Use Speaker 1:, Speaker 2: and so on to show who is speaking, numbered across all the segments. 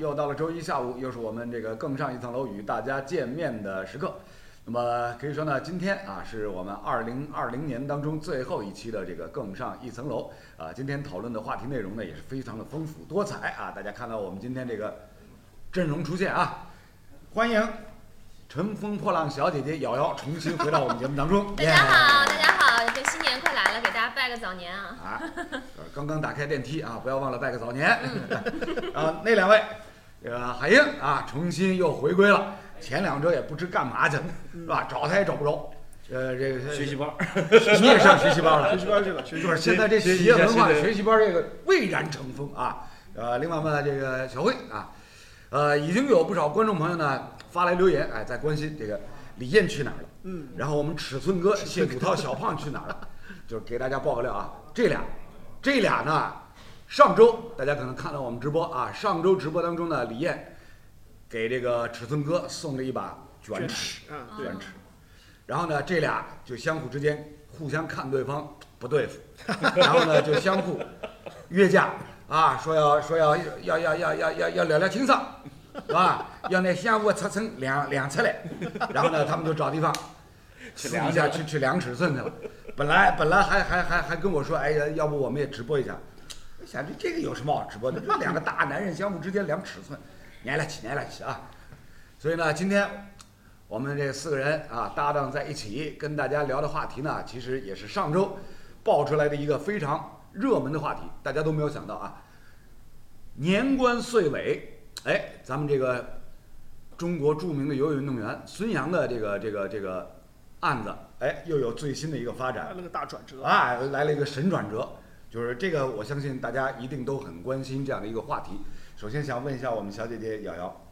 Speaker 1: 又到了周一下午，又是我们这个更上一层楼与大家见面的时刻。那么可以说呢，今天啊是我们二零二零年当中最后一期的这个更上一层楼啊。今天讨论的话题内容呢也是非常的丰富多彩啊。大家看到我们今天这个阵容出现啊，欢迎乘风破浪小姐姐瑶瑶重新回到我们节目当中。
Speaker 2: 大家好，大
Speaker 1: 耶
Speaker 2: 家好，这新年快来了，给大家拜个早年啊！
Speaker 1: 啊，呃刚刚打开电梯啊，不要忘了拜个早年。 啊，那两位，呃，海英啊，重新又回归了。前两周也不知干嘛去了，是吧？找他也找不着。呃，这个
Speaker 3: 学习班儿，
Speaker 1: 你也上 学习班了，
Speaker 3: 学习班儿去了学习
Speaker 1: 就是现在这企业文化
Speaker 3: 学习一下现在
Speaker 1: 学习班这个蔚然成风啊。呃，另外呢，这个小慧啊，呃，已经有不少观众朋友呢发来留言，哎，在关心这个李艳去哪儿了。
Speaker 3: 嗯，
Speaker 1: 然后我们尺寸哥谢祖涛小胖去哪儿了？就是给大家报个料啊，这俩，这俩呢，上周大家可能看到我们直播啊，上周直播当中呢，李艳给这个尺寸哥送了一把卷尺，
Speaker 3: 啊，对
Speaker 1: 卷尺，然后呢，这俩就相互之间互相看对方不对 付，然后呢就相互约架啊，说要说要要要要要要要聊聊情商，是吧？要那相互尺寸量量出来，然后呢，他们就找地方私底下 去去量尺寸去了。本来本来还还还还跟我说，哎呀，要不我们也直播一下？我想这这个有什么好直播的？就两个大男人相互之间量尺寸，挨了起挨了起啊！所以呢，今天我们这四个人啊搭档在一起，跟大家聊的话题呢，其实也是上周爆出来的一个非常热门的话题，大家都没有想到啊。年关岁尾，哎，咱们这个中国著名的游泳运动员孙杨的这个这个这个案子，哎，又有最新的一个发展
Speaker 3: 来。了个大转折，
Speaker 1: 啊，来了一个神转折，就是这个，我相信大家一定都很关心这样的一个话题。首先想问一下我们小姐姐瑶瑶，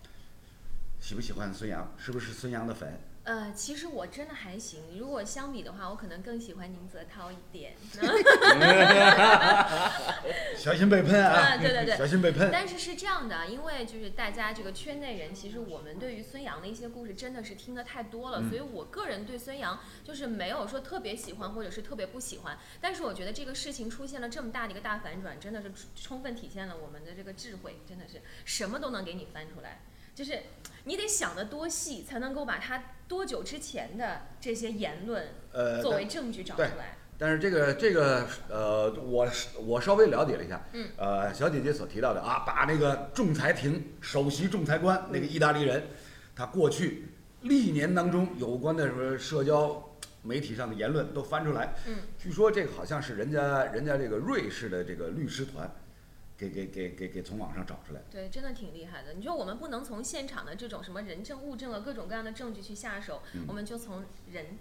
Speaker 1: 喜不喜欢孙杨？是不是孙杨的粉？
Speaker 2: 呃，其实我真的还行，如果相比的话，我可能更喜欢宁泽涛一点。
Speaker 1: 小心被喷啊！
Speaker 2: 啊对对对
Speaker 1: 小心被喷。
Speaker 2: 但是是这样的啊，因为就是大家这个圈内人，其实我们对于孙杨的一些故事真的是听得太多了，
Speaker 1: 嗯
Speaker 2: 所以我个人对孙杨就是没有说特别喜欢或者是特别不喜欢。但是我觉得这个事情出现了这么大的一个大反转，真的是充分体现了我们的这个智慧，真的是什么都能给你翻出来，就是你得想得多细，才能够把他多久之前的这些言论
Speaker 1: 呃，
Speaker 2: 作
Speaker 1: 但
Speaker 2: 为证据找出
Speaker 1: 对
Speaker 2: 来。
Speaker 1: 但是这个这个呃，我我稍微了解了一下，
Speaker 2: 嗯，
Speaker 1: 呃，小姐姐所提到的啊，把那个仲裁庭首席仲裁官
Speaker 2: 嗯
Speaker 1: 那个意大利人，他过去历年当中有关的什么社交媒体上的言论都翻出来，
Speaker 2: 嗯，
Speaker 1: 据说这个好像是人家人家这个瑞士的这个律师团给给给给给从网上找出来的。
Speaker 2: 对，真的挺厉害的。你说我们不能从现场的这种什么人证、物证啊，各种各样的证据去下手，
Speaker 1: 嗯啊
Speaker 2: 我们就从人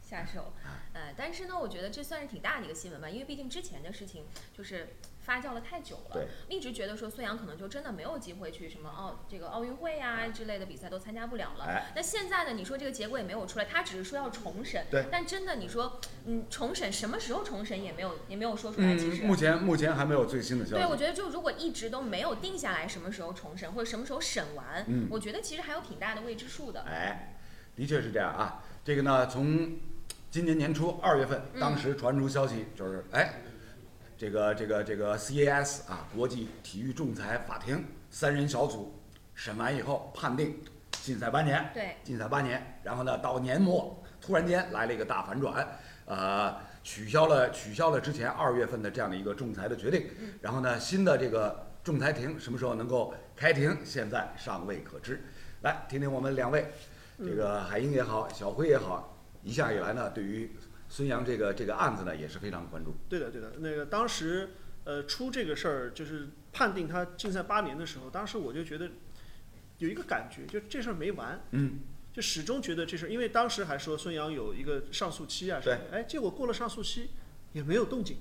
Speaker 2: 下手。呃，但是呢，我觉得这算是挺大的一个新闻吧，因为毕竟之前的事情就是发酵了太久了
Speaker 1: 对，
Speaker 2: 一直觉得说孙杨可能就真的没有机会去什么奥这个奥运会啊之类的比赛都参加不了了。
Speaker 1: 哎
Speaker 2: 那现在呢，你说这个结果也没有出来，他只是说要重审，
Speaker 1: 对
Speaker 2: 但真的你说，嗯，重审什么时候重审也没有也没有说出来，
Speaker 1: 嗯
Speaker 2: 其实、，
Speaker 1: 目前目前还没有最新的消
Speaker 2: 对，我
Speaker 1: 息。
Speaker 2: 觉得就如果一直都没有定下来什么时候重审或者什么时候审完，
Speaker 1: 嗯
Speaker 2: 我觉得其实还有挺大的未知数的。
Speaker 1: 哎，的确是这样啊。这个呢，从今年年初二月份，
Speaker 2: 嗯
Speaker 1: 当时传出消息就是，哎，这个这个这个 CAS 啊，国际体育仲裁法庭三人小组审完以后判定禁赛八年，
Speaker 2: 对
Speaker 1: 禁赛八年。然后呢，到年末突然间来了一个大反转，呃，取消了取消了之前二月份的这样的一个仲裁的决定。然后呢，新的这个仲裁庭什么时候能够开庭，现在尚未可知。来听听我们两位，这个海英也好，小辉也好，一向以来呢，对于孙杨这个这个案子呢，也是非常关注。
Speaker 3: 对的对的，那个当时呃出这个事儿，就是判定他禁赛八年的时候，当时我就觉得有一个感觉，就这事儿没完，
Speaker 1: 嗯，
Speaker 3: 就始终觉得这事儿，因为当时还说孙杨有一个上诉期啊什么的，哎，结果过了上诉期也没有动静，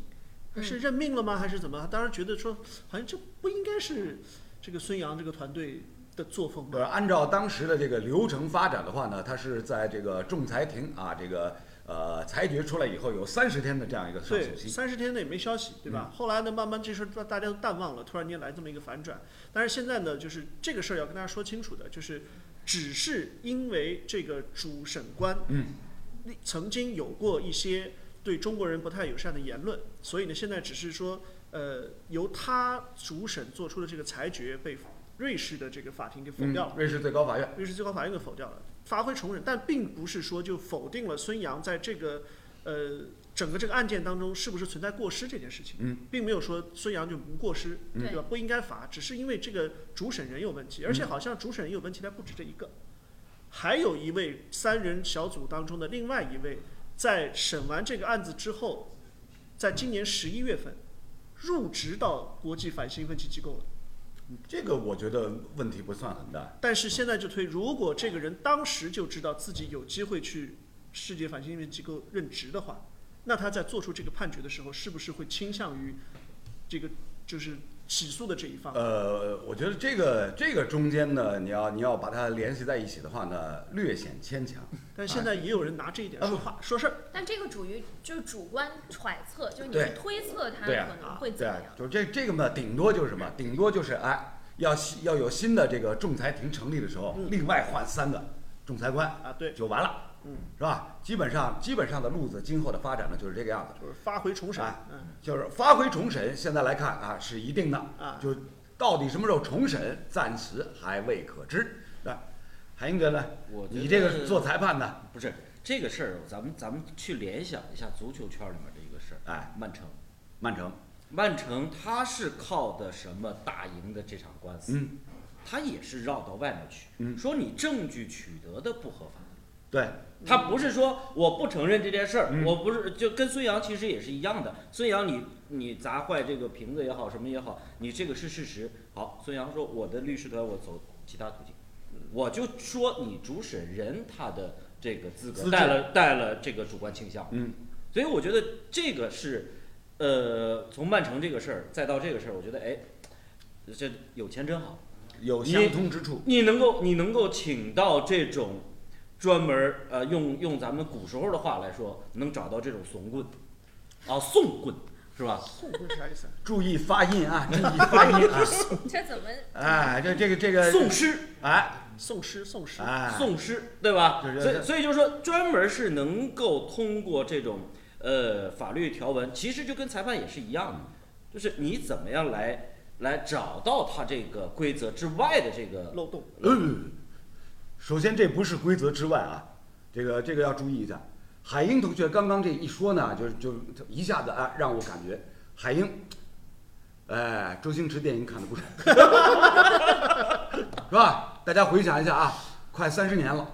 Speaker 2: 嗯
Speaker 3: 是认命了吗？还是怎么？当时觉得说好像这不应该是这个孙杨这个团队的作风吧？
Speaker 1: 呃，按照当时的这个流程发展的话呢，它是在这个仲裁庭啊，这个呃裁决出来以后有三十天的这样一个上嗯
Speaker 3: 对
Speaker 1: 诉，期。
Speaker 3: 三十天内没消息，对吧？后来呢，慢慢这事儿大大家都淡忘了，突然间来这么一个反转。但是现在呢，就是这个事儿要跟大家说清楚的，就是只是因为这个主审官
Speaker 1: 嗯
Speaker 3: 曾经有过一些对中国人不太友善的言论，所以呢，现在只是说，呃，由他主审做出的这个裁决被瑞士的这个法庭给否
Speaker 1: 嗯
Speaker 3: 掉了，，
Speaker 1: 瑞士最高法院，
Speaker 3: 瑞士最高法院给否掉了，发回重审，但并不是说就否定了孙杨在这个呃整个这个案件当中是不是存在过失这件事情，
Speaker 1: 嗯，
Speaker 3: 并没有说孙杨就无过失，
Speaker 1: 嗯
Speaker 3: 对吧？不应该罚，只是因为这个主审人有问题，而且好像主审人有问题，但不止这一个，还有一位三人小组当中的另外一位，在审完这个案子之后，在今年十一月份入职到国际反兴奋剂机构了。
Speaker 1: 这个我觉得问题不算很大。
Speaker 3: 但是现在就推，如果这个人当时就知道自己有机会去世界反兴奋机构任职的话，那他在做出这个判决的时候，是不是会倾向于这个就是起诉的这一方？
Speaker 1: 呃，我觉得这个这个中间呢，你要你要把它联系在一起的话呢，略显牵强。
Speaker 3: 但现在也有人拿这一点说
Speaker 1: 哎
Speaker 3: 话说事儿，
Speaker 2: 但这个属于就是主观揣测，就是你
Speaker 1: 对
Speaker 2: 去推测他
Speaker 1: 对啊
Speaker 2: 可能会怎
Speaker 1: 对
Speaker 2: 么
Speaker 1: 啊
Speaker 2: 样，。
Speaker 1: 就是这这个嘛，顶多就是什么？顶多就是哎，要新要有新的这个仲裁庭成立的时候，
Speaker 3: 嗯
Speaker 1: 另外换三个仲裁官
Speaker 3: 啊对
Speaker 1: 就完了，
Speaker 3: 嗯，
Speaker 1: 是吧？基本上基本上的路子，今后的发展呢就是这个样子，
Speaker 3: 就是发回重审，
Speaker 1: 哎
Speaker 3: 嗯，
Speaker 1: 就是发回重审，现在来看啊是一定的
Speaker 3: 啊
Speaker 1: 就到底什么时候重审，暂时还未可知。那韩英哥呢？
Speaker 4: 我觉得
Speaker 1: 你这个做裁判的，
Speaker 4: 不是这个事儿，咱们咱们去联想一下足球圈里面的一个事儿，
Speaker 1: 哎，
Speaker 4: 曼城，
Speaker 1: 曼城，
Speaker 4: 曼城他是靠的什么打赢的这场官司？
Speaker 1: 嗯，
Speaker 4: 他也是绕到外面去，
Speaker 1: 嗯
Speaker 4: 说你证据取得的不合法，
Speaker 1: 对，
Speaker 4: 他不是说我不承认这件事儿，
Speaker 1: 嗯
Speaker 4: 我不是就跟孙杨其实也是一样的。孙杨你你砸坏这个瓶子也好，什么也好，你这个是事实。好，孙杨说我的律师团我走其他途径，我就说你主审人他的这个资
Speaker 1: 资质
Speaker 4: 格带了带了这个主观倾向，
Speaker 1: 嗯，
Speaker 4: 所以我觉得这个是，呃，从曼城这个事儿再到这个事儿，我觉得哎，这有钱真好。
Speaker 1: 有
Speaker 4: 你
Speaker 1: 相通之处。
Speaker 4: 你能够你能够请到这种专门儿呃用用咱们古时候的话来说，能找到这种怂棍，啊送棍是吧？
Speaker 3: 送回啥意思啊？
Speaker 1: 注意发音啊，注意发 音啊！
Speaker 2: 这怎么？
Speaker 1: 哎，这这个这个，
Speaker 4: 送师
Speaker 1: 哎
Speaker 3: 送师送师，
Speaker 1: 哎，
Speaker 4: 送师对吧
Speaker 1: 对？对
Speaker 4: 所
Speaker 1: 对
Speaker 4: 以所以就是说，专门是能够通过这种呃法律条文，其实就跟裁判也是一样的，就是你怎么样来来找到他这个规则之外的这个
Speaker 3: 漏洞。
Speaker 1: 嗯， 首先这不是规则之外啊，这个这个要注意一下。海英同学刚刚这一说呢，就就就一下子啊，让我感觉海英，哎，周星驰电影看的不少， 是吧？大家回想一下啊，快三十年了，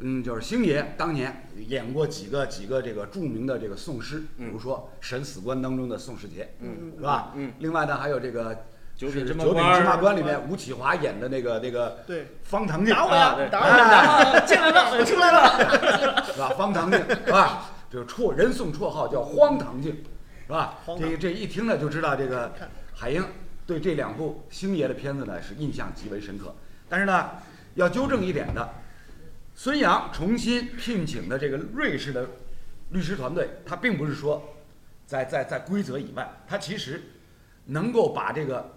Speaker 1: 嗯，就是星爷当年演过几个几个这个著名的这个宋诗，比如说《审死官》当中的宋世杰，
Speaker 4: 嗯，
Speaker 1: 是吧？
Speaker 4: 嗯，
Speaker 1: 另外呢，还有这个
Speaker 4: 九
Speaker 1: 是
Speaker 4: 品芝麻
Speaker 1: 九品
Speaker 4: 官
Speaker 1: 芝
Speaker 4: 儿
Speaker 1: 麻官里面吴启华演的那个那个
Speaker 3: 对，
Speaker 1: 方唐镜，
Speaker 3: 打我
Speaker 4: 啊对
Speaker 3: 呀，打我呀！
Speaker 4: 啊
Speaker 1: 哎
Speaker 4: 进来了，我进来了。
Speaker 1: 啊是吧？方唐镜是吧？就是绰人送绰号叫荒唐镜，是吧？
Speaker 3: 荒唐
Speaker 1: 这这一听呢就知道这个
Speaker 3: 看
Speaker 1: 海英对这两部星爷的片子呢是印象极为深刻。但是呢，要纠正一点的，孙杨重新聘请的这个瑞士的律师团队，他并不是说在在在规则以外，他其实能够把这个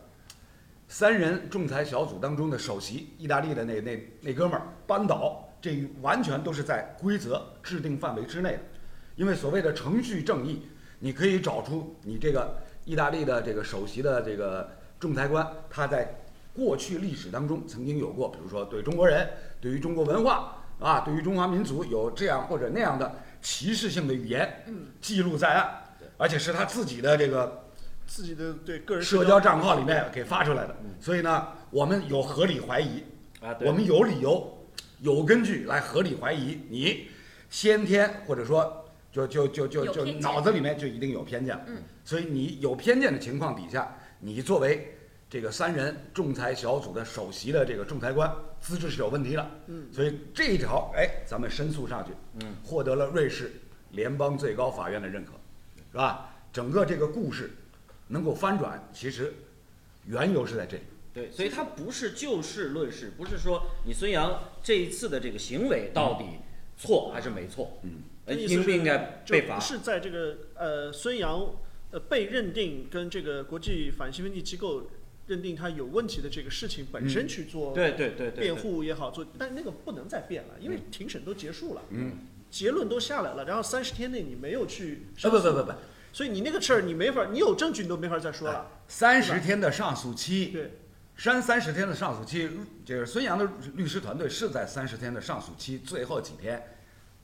Speaker 1: 三人仲裁小组当中的首席，意大利的那那那哥们儿扳倒，这完全都是在规则制定范围之内的。因为所谓的程序正义，你可以找出你这个意大利的这个首席的这个仲裁官，他在过去历史当中曾经有过，比如说对中国人、对于中国文化啊、对于中华民族有这样或者那样的歧视性的语言，记录在案，而且是他自己的这个
Speaker 3: 自己的对个人
Speaker 1: 社交账号里面嗯给发出来的。所以呢，我们有合理怀疑，
Speaker 4: 啊，对
Speaker 1: 我们有理由、有根据来合理怀疑你先天或者说就就就就
Speaker 2: 有
Speaker 1: 就
Speaker 2: 偏见
Speaker 1: 脑子里面就一定有偏见。
Speaker 2: 嗯，
Speaker 1: 所以你有偏见的情况底下，你作为这个三人仲裁小组的首席的这个仲裁官，资质是有问题的。
Speaker 3: 嗯，
Speaker 1: 所以这一条，哎，咱们申诉上去，
Speaker 4: 嗯，
Speaker 1: 获得了瑞士联邦最高法院的认可，是吧？整个这个故事能够翻转，其实缘由是在这里。
Speaker 4: 对，所以他不是就事论事，不是说你孙杨这一次的这个行为到底错还是没错，
Speaker 1: 嗯
Speaker 4: 呃，
Speaker 3: 意思
Speaker 4: 应不
Speaker 3: 是
Speaker 4: 应该
Speaker 3: 就
Speaker 4: 被罚
Speaker 3: 不？是在这个呃孙杨呃被认定跟这个国际反兴奋剂机构认定他有问题的这个事情本身去做
Speaker 4: 嗯对对对对，嗯
Speaker 3: 辩护也好做，但那个不能再辩了，因为庭审都结束了，
Speaker 1: 嗯，
Speaker 3: 结论都下来了，然后三十天内你没有去
Speaker 1: 啊
Speaker 4: 呃
Speaker 3: 上
Speaker 1: 不
Speaker 3: 诉，
Speaker 1: 不不不，
Speaker 4: 啊
Speaker 3: 所以你那个事儿你没法，你有证据你都没法再说了，
Speaker 1: 三十天的上诉期，
Speaker 3: 对，
Speaker 1: 删三十天的上诉期，这个孙杨的律师团队是在三十天的上诉期最后几天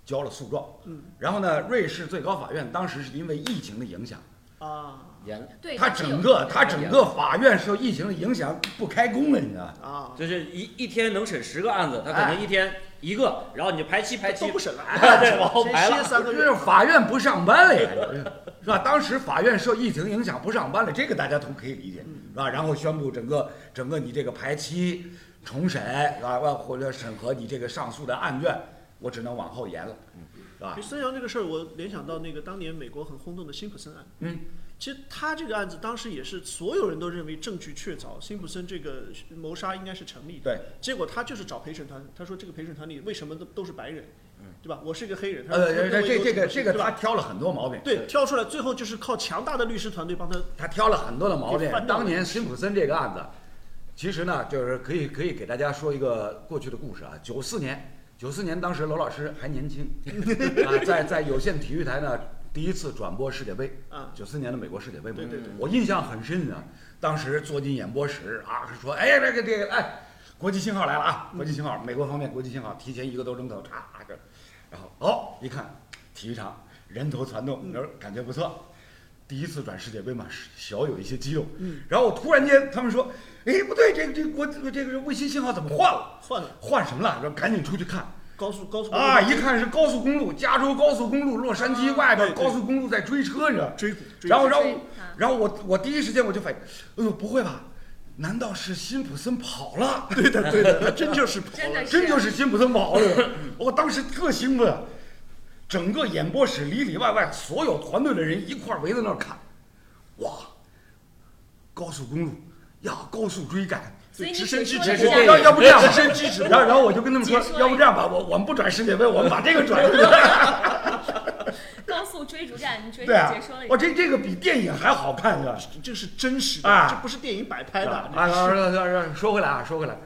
Speaker 1: 交了诉状。
Speaker 3: 嗯
Speaker 1: 然后呢，瑞士最高法院当时是因为疫情的影响，
Speaker 3: 啊
Speaker 4: 严
Speaker 2: 对，
Speaker 1: 它
Speaker 2: 它是有
Speaker 1: 整个
Speaker 2: 这
Speaker 1: 它整个法院受疫情的影响不开工了，你知道吗？
Speaker 3: 啊，哎
Speaker 4: 就是一一天能审十个案子，他可能一天一个，然后你就排期排期
Speaker 3: 都，不审了，
Speaker 4: 对，往后
Speaker 3: 先
Speaker 4: 排
Speaker 3: 歇
Speaker 4: 了。
Speaker 3: 三个
Speaker 1: 就是
Speaker 3: 月。
Speaker 1: 法院不上班了呀，是吧？当时法院受疫情影响不上班了，这个大家都可以理解，
Speaker 3: 嗯
Speaker 1: 是吧？然后宣布整个整个你这个排期重审，是吧？或者审核你这个上诉的案卷，我只能往后延了，是吧
Speaker 3: 其？实孙杨这个事儿，我联想到那个当年美国很轰动的辛普森案。
Speaker 1: 嗯，
Speaker 3: 其实他这个案子当时也是所有人都认为证据确凿，辛普森这个谋杀应该是成立的。
Speaker 1: 对，
Speaker 3: 结果他就是找陪审团，他说这个陪审团里为什么都都是白人，对吧？我是一个黑人，他说
Speaker 1: 嗯呃，这这这个这个
Speaker 3: 对
Speaker 1: 他
Speaker 3: 吧？
Speaker 1: 挑了很多毛病，
Speaker 3: 对，挑出来最后就是靠强大的律师团队帮他
Speaker 1: 他挑了很多的毛病
Speaker 3: 给翻。到
Speaker 1: 当年辛普森这个案子，其实呢，就是可以可以给大家说一个过去的故事啊。九四年，九四年当时娄老师还年 轻啊，在在有线体育台呢第一次转播世界杯
Speaker 3: 啊
Speaker 1: 九四年的美国世界杯嘛，
Speaker 3: 对对对
Speaker 1: 我印象很深啊。当时坐进演播室啊，说哎这个这个哎，国际信号来了啊，国际信号，美国方面国际信号提前一个多钟头，嚓这，然后哦一看体育场人头攒动，
Speaker 3: 嗯
Speaker 1: 你说感觉不错。第一次转世界杯嘛，小有一些激动。
Speaker 3: 嗯，
Speaker 1: 然后我突然间他们说，哎，不对，这个这个国这个卫星信号怎么换了？
Speaker 3: 换了
Speaker 1: 换什么了？说赶紧出去看
Speaker 3: 高速高速
Speaker 1: 啊！一看是高速公路，加州高速公路，洛杉矶外边
Speaker 3: 啊对对
Speaker 1: 高速公路在追车，你知道吗？
Speaker 3: 追捕，追
Speaker 1: 然后，然
Speaker 2: 追
Speaker 1: 后
Speaker 2: 啊，
Speaker 1: 然后我我第一时间我就反应，哎呦，不会吧？难道是辛普森跑了？
Speaker 3: 对的对的，他真就是跑
Speaker 2: 真的
Speaker 3: 了。
Speaker 2: 是
Speaker 1: 真就是辛普森 跑了！我当时特兴奋，啊整个演播室里里外外所有团队的人一块儿围在那儿看，哇，高速公路呀，高速追赶，
Speaker 2: 所以你
Speaker 3: 直升
Speaker 2: 只说
Speaker 3: 机直
Speaker 2: 了一下
Speaker 3: 升
Speaker 4: 机
Speaker 1: 要要不这样吧，
Speaker 3: 直升机直
Speaker 1: 然后然后我就跟他们说
Speaker 2: 解说，
Speaker 1: 要不这样吧，我我们不转世界杯，我们把这个转出 去。
Speaker 2: 高速追逐战，你追
Speaker 1: 对啊
Speaker 2: 解说了，一
Speaker 1: 我
Speaker 2: 下，
Speaker 1: 这这个比电影还好看，是吧？
Speaker 3: 这是真实的，
Speaker 1: 啊
Speaker 3: 这不是电影摆拍的。
Speaker 1: 啊，说说说说回来啊，说回来，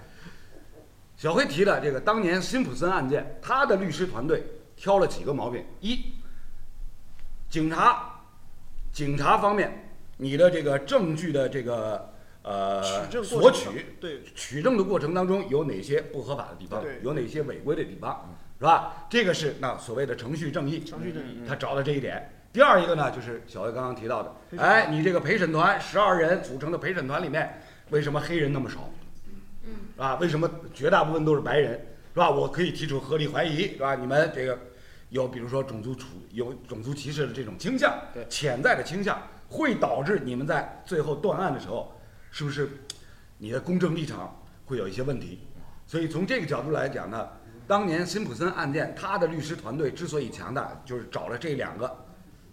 Speaker 1: 小黑提的这个当年辛普森案件，他的律师团队挑了几个毛病：一，警察，警察方面，你的这个证据的这个呃
Speaker 3: 取证
Speaker 1: 索
Speaker 3: 过程
Speaker 1: 取，
Speaker 3: 对
Speaker 1: 取证的过程当中有哪些不合法的地方
Speaker 3: 对，
Speaker 1: 有哪些违规的地方，是吧？这个是那所谓的程序正义，
Speaker 3: 程序正义
Speaker 1: 他找到这一点。第二一个呢，就是小魏刚刚提到的，
Speaker 3: 陪审团
Speaker 1: 哎，你这个陪审团十二人组成的陪审团里面，为什么黑人那么少？
Speaker 2: 嗯，
Speaker 1: 是吧？为什么绝大部分都是白人，是吧？我可以提出合理怀疑，是吧？你们这个有比如说种族处有种族歧视的这种倾向
Speaker 4: 对，
Speaker 1: 潜在的倾向，会导致你们在最后断案的时候，是不是你的公正立场会有一些问题？所以从这个角度来讲呢，当年辛普森案件，他的律师团队之所以强大，就是找了这两个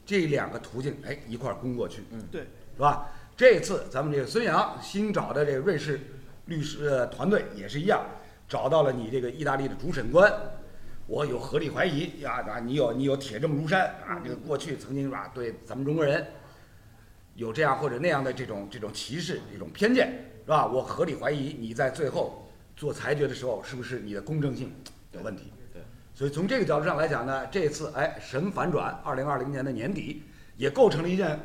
Speaker 1: 这两个途径，哎，一块儿攻过去。
Speaker 3: 对，
Speaker 1: 是吧？这次咱们这个孙杨新找的这个瑞士律师呃团队也是一样，找到了你这个意大利的主审官，我有合理怀疑呀，啊，你有你有铁证如山啊，这个过去曾经啊对咱们中国人有这样或者那样的这种这种歧视、这种偏见，是吧？我合理怀疑你在最后做裁决的时候，是不是你的公正性有问题？
Speaker 4: 对，
Speaker 1: 所以从这个角度上来讲呢，这次哎神反转，二零二零年的年底也构成了一件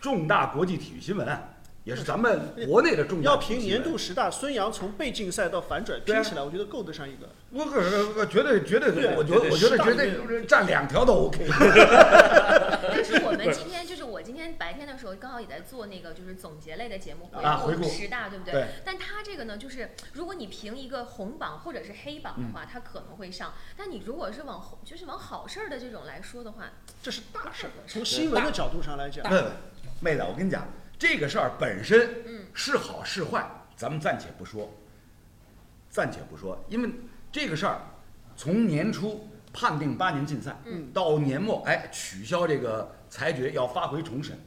Speaker 1: 重大国际体育新闻案，也是咱们国内的重大
Speaker 3: 要
Speaker 1: 体育
Speaker 3: 评
Speaker 1: 新
Speaker 3: 年
Speaker 1: 闻
Speaker 3: 度十大，孙杨从被禁赛到反转
Speaker 1: 对啊
Speaker 3: 拼起来，我觉得够得上一个。
Speaker 1: 我可是我绝对绝对，
Speaker 3: 对
Speaker 1: 我觉得我觉得
Speaker 3: 适当
Speaker 1: 绝对
Speaker 3: 运用
Speaker 1: 就是占两条都 OK。
Speaker 2: 但是我们今天就是我今天白天的时候刚好也在做那个就是总结类的节目，
Speaker 1: 啊回顾
Speaker 2: 十大，对不对？
Speaker 1: 对
Speaker 2: 但他这个呢，就是如果你评一个红榜或者是黑榜的
Speaker 1: 嗯
Speaker 2: 话，他可能会上；但你如果是往红，就是往好事儿的这种来说的话，
Speaker 3: 这是大事儿。
Speaker 1: 啊
Speaker 3: 从新闻的角度上来讲，
Speaker 1: 问问妹子，我跟你讲，这个事儿本身
Speaker 2: 嗯
Speaker 1: 是好是坏，咱们暂且不说，暂且不说，因为这个事儿从年初判定八年禁赛，
Speaker 2: 嗯
Speaker 1: 到年末哎取消这个裁决，要发回重审，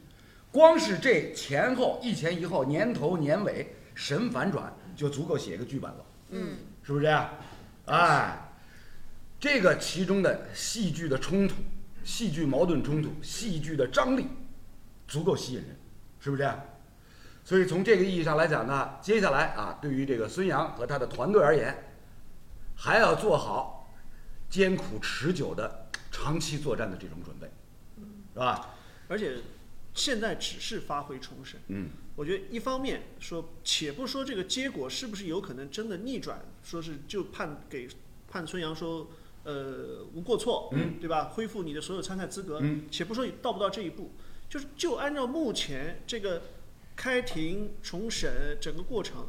Speaker 1: 光是这前后一前一后年头年尾神反转就足够写一个剧本了。
Speaker 2: 嗯，
Speaker 1: 是不是这样？哎，这个其中的戏剧的冲突、戏剧矛盾冲突、戏剧的张力，足够吸引人，是不是这样？所以从这个意义上来讲呢，接下来啊，对于这个孙杨和他的团队而言，还要做好艰苦持久的长期作战的这种准备，是吧？
Speaker 3: 而且现在只是发挥重审。
Speaker 4: 嗯，
Speaker 3: 我觉得一方面说，且不说这个结果是不是有可能真的逆转，说是就判给判孙杨说，呃，无过错，
Speaker 4: 嗯，
Speaker 3: 对吧？恢复你的所有参赛资格，
Speaker 4: 嗯，
Speaker 3: 且不说到不到这一步，就是就按照目前这个开庭重审整个过程，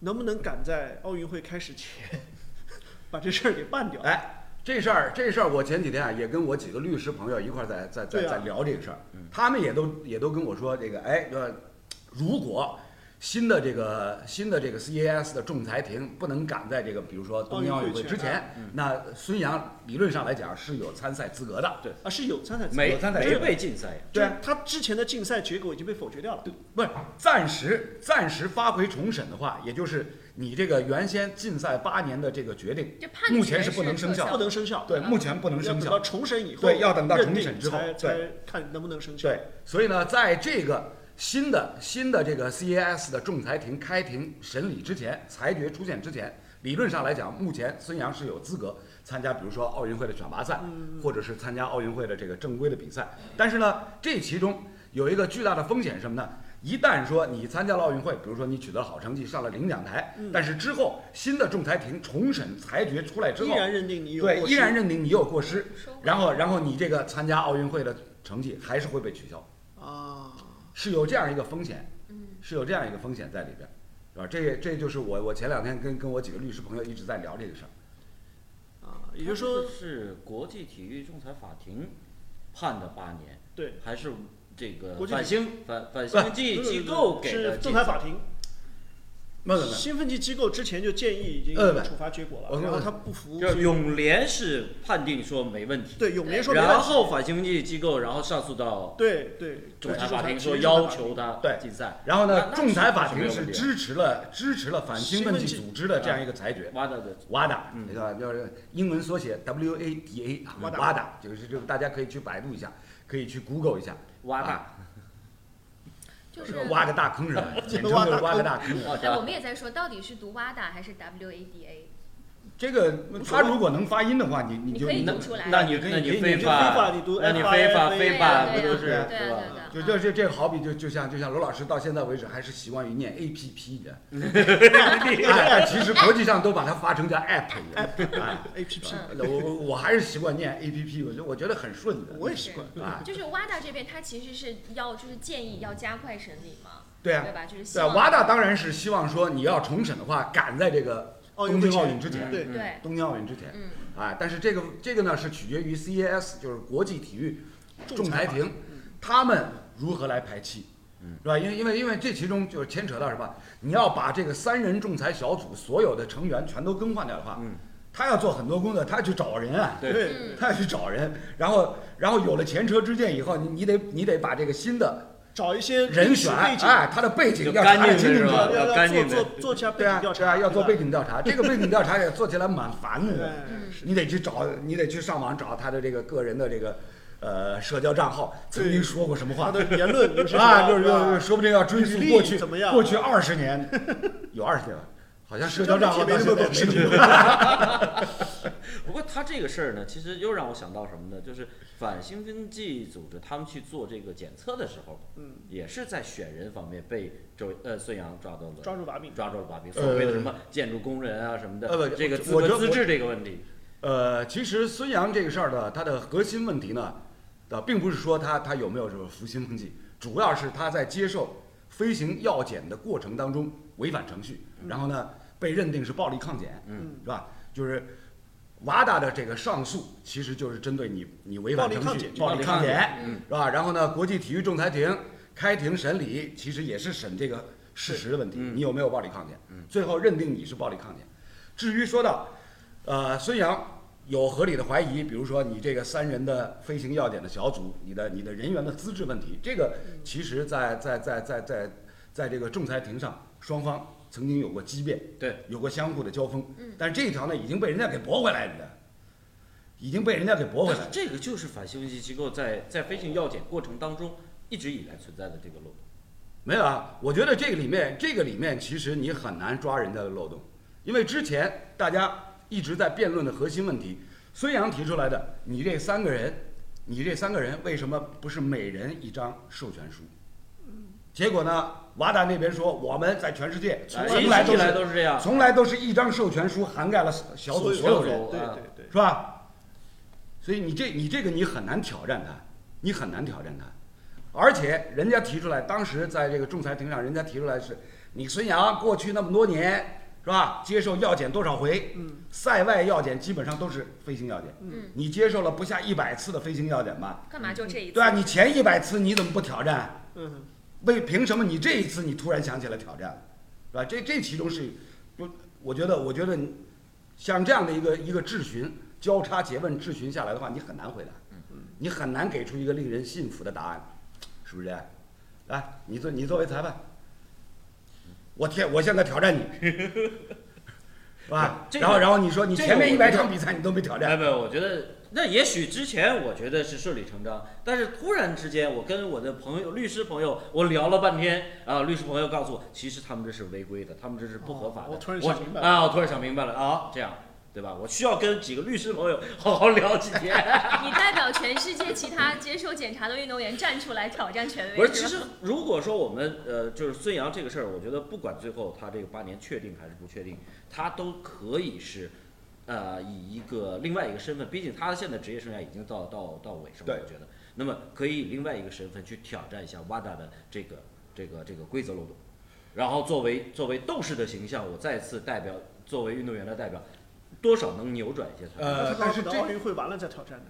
Speaker 3: 能不能赶在奥运会开始前 把这事儿给办掉？
Speaker 1: 哎，这事儿这事儿，我前几天啊也跟我几个律师朋友一块儿在在在
Speaker 3: 对啊
Speaker 1: 在聊这个事儿，他们也都也都跟我说这个，哎，呃，如果新的这个新的这个 CAS 的仲裁庭不能赶在这个比如说东京奥运会啊嗯之前，那孙杨理论上来讲是有参赛资格的。
Speaker 4: 对
Speaker 3: 啊，是有参赛资格，
Speaker 4: 没
Speaker 1: 有参赛
Speaker 4: 没
Speaker 1: 资格
Speaker 4: 被禁赛呀。
Speaker 1: 对
Speaker 3: 就
Speaker 1: 啊
Speaker 3: 是他之前的竞赛结果已经被否决掉了。
Speaker 1: 不是暂时暂时发回重审的话，也就是你这个原先禁赛八年的这个决定
Speaker 2: 这判，决
Speaker 1: 目前是不能生
Speaker 2: 是
Speaker 1: 效
Speaker 2: 撤销
Speaker 3: 不
Speaker 1: 的，
Speaker 3: 能生效，嗯
Speaker 1: 对，目前不能
Speaker 3: 要
Speaker 1: 生
Speaker 3: 等
Speaker 1: 效
Speaker 3: 到。重审以后，
Speaker 1: 对要等到
Speaker 3: 认
Speaker 1: 重
Speaker 3: 定
Speaker 1: 审之后
Speaker 3: 才才
Speaker 1: 对
Speaker 3: 看能不能生效。
Speaker 1: 对，所以呢，在这个新的新的这个 CAS 的仲裁庭开庭审理之前，裁决出现之前，理论上来讲，目前孙杨是有资格参加，比如说奥运会的选拔赛，
Speaker 3: 嗯
Speaker 1: 或者是参加奥运会的这个正规的比赛。但是呢，这其中有一个巨大的风险是什么呢？一旦说你参加了奥运会，比如说你取得了好成绩，上了领奖台，
Speaker 3: 嗯
Speaker 1: 但是之后新的仲裁庭重审裁决出来之
Speaker 3: 依
Speaker 1: 后，
Speaker 3: 然认定你有
Speaker 1: 对，
Speaker 3: 过
Speaker 1: 依
Speaker 3: 失
Speaker 1: 然认定你有过失
Speaker 2: 收回，
Speaker 1: 然后然后你这个参加奥运会的成绩还是会被取消。
Speaker 3: 啊，
Speaker 1: 是有这样一个风险，
Speaker 2: 嗯，
Speaker 1: 是有这样一个风险在里边，是吧？这这就是我我前两天跟跟我几个律师朋友一直在聊这个事儿。
Speaker 3: 啊，也就是说，
Speaker 4: 是国际体育仲裁法庭判的八年，
Speaker 3: 对，
Speaker 4: 还是这个
Speaker 3: 国际
Speaker 4: 反兴反反兴奋剂机构给的
Speaker 3: 是
Speaker 4: 禁
Speaker 3: 仲裁
Speaker 4: 赛
Speaker 3: 法庭，
Speaker 1: 没有没有没有，
Speaker 3: 兴奋剂机构之前就建议已经
Speaker 1: 呃不
Speaker 3: 处罚结果
Speaker 1: 我
Speaker 3: 了，然后
Speaker 1: 我
Speaker 3: 他不服，
Speaker 4: 就是永联是判定说没问题，
Speaker 3: 对永联说没
Speaker 4: 然
Speaker 3: 问题，
Speaker 4: 后反兴奋剂机构然后上诉到
Speaker 3: 对对，
Speaker 4: 仲
Speaker 3: 对
Speaker 4: 裁法庭
Speaker 3: 是
Speaker 4: 说
Speaker 3: 仲裁
Speaker 4: 要
Speaker 3: 法庭
Speaker 4: 求他
Speaker 1: 对
Speaker 4: 禁赛，
Speaker 1: 然后
Speaker 4: 那
Speaker 1: 呢，
Speaker 4: 那
Speaker 1: 仲裁法庭
Speaker 4: 是
Speaker 1: 是
Speaker 4: 没有问题
Speaker 1: 支持了支持了反兴奋剂
Speaker 3: 兴奋剂
Speaker 1: 组织的这样一个裁决。
Speaker 4: 挖到的
Speaker 1: WADA，
Speaker 4: 啊嗯
Speaker 1: 对吧？就是英文缩写 WADA 啊
Speaker 3: WADA
Speaker 1: ，WADA，就是这个大家可以去百度一下，可以去 Google 一下，
Speaker 4: 挖大。
Speaker 2: 就是
Speaker 1: 挖个大坑是吧？简称就是挖个大坑。
Speaker 4: 好
Speaker 2: 哎，我
Speaker 4: 的，
Speaker 2: 们也在说，到底是读 WADA 还是 WADA？
Speaker 1: 这个他如果能发音的话，你
Speaker 2: 你
Speaker 1: 你就
Speaker 2: 可以
Speaker 1: 能
Speaker 2: 读出来
Speaker 4: 那你
Speaker 1: 可以
Speaker 4: 那
Speaker 1: 你
Speaker 4: 你
Speaker 1: 可以
Speaker 4: 非
Speaker 1: 读
Speaker 4: 法，
Speaker 3: 非法你读
Speaker 4: 那你
Speaker 3: FIFA
Speaker 4: 非法非
Speaker 2: 对
Speaker 4: 法
Speaker 2: 呀
Speaker 4: 不
Speaker 2: 对
Speaker 4: 都
Speaker 2: 呀
Speaker 4: 是
Speaker 2: 对呀对
Speaker 4: 是吧
Speaker 2: 呀？对呀
Speaker 1: 就就就这好比就就像就像罗老师到现在为止还是习惯于念 A P P 的，哎，但其实国际上都把它发成叫 App 一样。哎
Speaker 3: A P
Speaker 2: 嗯
Speaker 3: P，
Speaker 1: 我我我还是习惯念 A P P，我觉得我觉得很顺的。
Speaker 3: 我也
Speaker 2: 是
Speaker 3: 习惯，
Speaker 1: 啊，
Speaker 2: 就是 WADA 这边，它其实是要就是建议要加快审理嘛，
Speaker 1: 对啊
Speaker 2: 对，吧？就是希
Speaker 1: 对啊，
Speaker 2: 望
Speaker 1: 瓦达当然是希望说你要重审的话，赶在这个
Speaker 3: 奥
Speaker 1: 东
Speaker 3: 哦运会
Speaker 1: 京奥运之前，
Speaker 3: 对
Speaker 4: 嗯
Speaker 2: 对，
Speaker 1: 东京奥运之前，
Speaker 2: 嗯，
Speaker 1: 哎，但是这个这个呢是取决于 CAS，就是国际体育仲裁庭，他们如何来排期，
Speaker 4: 嗯，
Speaker 1: 是吧？因为因为因为这其中就是牵扯到什么？你要把这个三人仲裁小组所有的成员全都更换掉的话，
Speaker 4: 嗯，
Speaker 1: 他要做很多工作，他要去找人啊，
Speaker 4: 对
Speaker 2: 嗯
Speaker 3: 对，
Speaker 1: 他要去找人，然后然后有了前车之鉴以后，你你得你得把这个新的
Speaker 3: 找一些
Speaker 1: 人
Speaker 3: 历史
Speaker 1: 选，
Speaker 3: 背景，
Speaker 1: 哎，他的背景
Speaker 4: 就
Speaker 1: 要
Speaker 4: 干
Speaker 1: 查得清
Speaker 4: 净的
Speaker 1: 清
Speaker 4: 是
Speaker 1: 楚
Speaker 4: 吧
Speaker 1: 楚。
Speaker 3: 要
Speaker 4: 要
Speaker 3: 要
Speaker 4: 干
Speaker 3: 做
Speaker 4: 净的
Speaker 3: 做做一下背
Speaker 1: 对啊
Speaker 3: 景，调查，
Speaker 1: 对啊，要做嗯
Speaker 3: 对
Speaker 1: 背
Speaker 3: 吧，
Speaker 1: 景调查，这个背景调查也做起来蛮烦的。
Speaker 3: 对
Speaker 2: 嗯
Speaker 3: 是
Speaker 1: 你得去找，你得去上网找他的这个个人的这个呃社交账号曾经说过什么
Speaker 3: 他
Speaker 1: 话
Speaker 3: 的言论有什么
Speaker 1: 啊，就是就是
Speaker 3: 吧
Speaker 1: 说不定要追溯
Speaker 3: 履历
Speaker 1: 过去
Speaker 3: 怎么样啊
Speaker 1: 过去二十年，有二十年吧，好像社交账号
Speaker 3: 没
Speaker 1: 到
Speaker 3: 那
Speaker 1: 现
Speaker 3: 么
Speaker 1: 在
Speaker 3: 多
Speaker 1: 没
Speaker 3: 事
Speaker 1: 几
Speaker 3: 情
Speaker 1: 个。
Speaker 4: 不过他这个事儿呢，其实又让我想到什么呢？就是反兴奋剂组织他们去做这个检测的时候，
Speaker 3: 嗯，
Speaker 4: 也是在选人方面被周呃孙杨抓到了
Speaker 3: 抓住把柄。
Speaker 4: 抓住了把柄，
Speaker 1: 呃
Speaker 4: 所谓的什么建筑工人啊什么的，
Speaker 1: 呃不
Speaker 4: 这个
Speaker 1: 我
Speaker 4: 资
Speaker 1: 我觉
Speaker 4: 格
Speaker 1: 得
Speaker 4: 资质这个问题，
Speaker 1: 呃，其实孙杨这个事儿呢，他的核心问题呢，呃，并不是说他他有没有什么服兴奋剂，主要是他在接受飞行药检的过程当中违反程序，
Speaker 4: 嗯
Speaker 1: 然后呢被认定是暴力抗检，
Speaker 3: 嗯，
Speaker 1: 是吧？就是瓦达的这个上诉，其实就是针对你你违反
Speaker 3: 暴力
Speaker 1: 程
Speaker 3: 抗
Speaker 1: 序
Speaker 3: 检，
Speaker 1: 暴
Speaker 4: 暴
Speaker 1: 力
Speaker 4: 力
Speaker 1: 抗
Speaker 4: 抗
Speaker 1: 检，
Speaker 2: 嗯
Speaker 1: 是吧？然后呢，国际体育仲裁庭开庭审理，其实也是审这个事实的问题，
Speaker 4: 嗯
Speaker 1: 你有没有暴力抗检？
Speaker 4: 嗯
Speaker 1: 最后认定你是暴力抗检。至于说到，呃，孙杨有合理的怀疑，比如说你这个三人的飞行要点的小组，你的你的人员的资质问题，这个其实在在在在在在这个仲裁庭上，双方曾经有过激辩，
Speaker 4: 对，
Speaker 1: 有过相互的交锋，
Speaker 2: 嗯
Speaker 1: 但是这一条呢已经被人家给驳回来了，已经被人家给驳回
Speaker 4: 但
Speaker 1: 来
Speaker 4: 是
Speaker 1: 了。
Speaker 4: 这个就是反兴奋剂机构在在飞行药检过程当中一直以来存在的这个漏洞。
Speaker 1: 没有啊，我觉得这个里面，这个里面其实你很难抓人家的漏洞，因为之前大家一直在辩论的核心问题，孙杨提出来的，你这三个人你这三个人为什么不是每人一张授权书？结果呢，瓦达那边说我们在全世界从
Speaker 4: 啊一
Speaker 1: 来
Speaker 4: 来
Speaker 1: 都
Speaker 4: 一来
Speaker 1: 是
Speaker 4: 都是这样，
Speaker 1: 从来都是一张授权书涵盖了小组所有人，
Speaker 3: 对
Speaker 4: 啊
Speaker 3: 对对，
Speaker 1: 是吧？所以你这你这个你很难挑战他，你很难挑战他。而且人家提出来，当时在这个仲裁庭上，人家提出来是，你孙杨过去那么多年是吧，接受药检多少回？
Speaker 3: 嗯，
Speaker 1: 赛外药检基本上都是飞行药检，
Speaker 2: 嗯，
Speaker 1: 你接受了不下一百次的飞行药检吧？
Speaker 2: 干嘛就这一次？
Speaker 1: 对啊，你前一百次你怎么不挑战？啊
Speaker 3: 嗯，
Speaker 1: 为凭什么你这一次你突然想起来挑战了，是吧？这这其中是，不，我觉得我觉得你像这样的一个一个质询交叉诘问质询下来的话，你很难回答，
Speaker 4: 嗯
Speaker 1: 你很难给出一个令人信服的答案，是不是这样？来，你作你作为裁判，我天，我现在挑 战你，是吧？
Speaker 4: 这个
Speaker 1: 然后然后你说你
Speaker 4: 这个
Speaker 1: 前面一
Speaker 4: 我
Speaker 1: 百
Speaker 4: 觉得
Speaker 1: 场比赛你都没挑
Speaker 4: 哎
Speaker 1: 战，
Speaker 4: 不，我觉得那也许之前我觉得是顺理成章，但是突然之间，我跟我的朋友律师朋友，我聊了半天啊，律师朋友告诉我，其实他们这是违规的，他们这是不合法的。
Speaker 3: 哦我突然想明白了
Speaker 4: 啊，我突然想明白了啊，这样对吧？我需要跟几个律师朋友好好聊几天。
Speaker 2: 你代表全世界其他接受检查的运动员站出来挑战权威，
Speaker 4: 不是，
Speaker 2: 是
Speaker 4: 其
Speaker 2: 吧
Speaker 4: 实如果说我们呃，就是孙杨这个事儿，我觉得不管最后他这个八年确定还是不确定，他都可以是。呃，以一个另外一个身份，毕竟他现在职业生涯已经到到到尾声了，
Speaker 1: 对
Speaker 4: 我觉得，那么可以以另外一个身份去挑战一下 WADA 的这个这个这个规则漏洞，然后作为作为斗士的形象，我再次代表作为运动员的代表，多少能扭转一些他们。
Speaker 1: 呃，但是
Speaker 3: 等
Speaker 1: 这
Speaker 3: 奥运会完了再挑战的。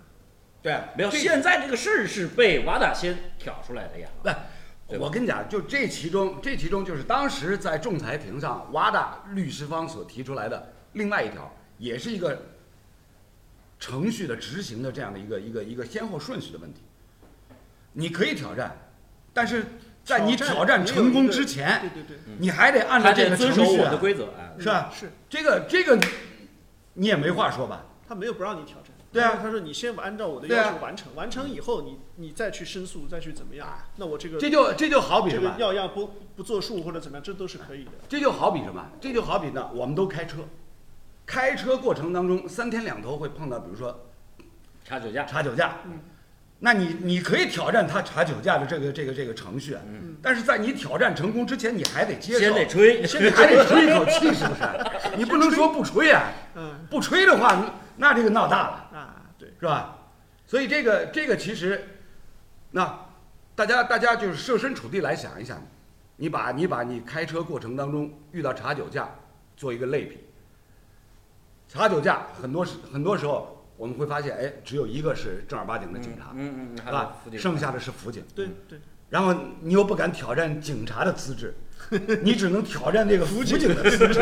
Speaker 1: 对啊
Speaker 4: 没有，
Speaker 1: 这
Speaker 4: 现在这个事儿是被 WADA 先挑出来的呀。
Speaker 1: 不，
Speaker 4: 对吧
Speaker 1: 我跟你讲，就这其中，这其中就是当时在仲裁庭上，瓦达律师方所提出来的另外一条，也是一个程序的执行的这样的一个一个一个先后顺序的问题。你可以挑战，但是在你挑战成功之前，
Speaker 3: 对对对，
Speaker 1: 你还得按照
Speaker 4: 他
Speaker 1: 这
Speaker 4: 得
Speaker 1: 个
Speaker 4: 遵
Speaker 1: 程
Speaker 4: 守
Speaker 1: 序
Speaker 4: 我
Speaker 1: 啊、
Speaker 4: 的规则啊。
Speaker 1: 是吧
Speaker 3: 是，
Speaker 1: 这个这个你也没话说吧？
Speaker 3: 他没有不让你挑战。
Speaker 1: 对啊
Speaker 3: 他说你先按照我的
Speaker 1: 对啊啊
Speaker 3: 要求完成，完成以后你你再去申诉，再去怎么样？那我这个
Speaker 1: 这就这就好比
Speaker 3: 这
Speaker 1: 什
Speaker 3: 个
Speaker 1: 么？
Speaker 3: 要样不不作数或者怎么样，这都是可以的。
Speaker 1: 这就好比什么？这就好比呢，我们都开车，开车过程当中三天两头会碰到，比如说
Speaker 4: 查酒驾。
Speaker 1: 查酒驾。
Speaker 3: 嗯
Speaker 1: 那你你可以挑战他查酒驾的这个这个这个程序，嗯，但是在你挑战成功之前，你还得接
Speaker 4: 先
Speaker 1: 受，
Speaker 4: 得吹，
Speaker 1: 你还得吹一口气，是不是？你不能说不吹啊，
Speaker 3: 嗯
Speaker 1: 不吹的话，那这个闹大了，
Speaker 3: 啊，对，
Speaker 1: 是吧？所以这个这个其实，那大家大家就是设身处地来想一想，你把你把你开车过程当中遇到查酒驾做一个类比，查酒驾很多时很多时候我们会发现，哎，只有一个是正儿八经的警察，
Speaker 4: 嗯嗯嗯，
Speaker 1: 是
Speaker 4: 还有
Speaker 1: 吧
Speaker 4: 附？近
Speaker 1: 剩下的是辅警，
Speaker 3: 对对，
Speaker 1: 然后你又不敢挑战警察的资 质，你只能挑战这个辅警的资质。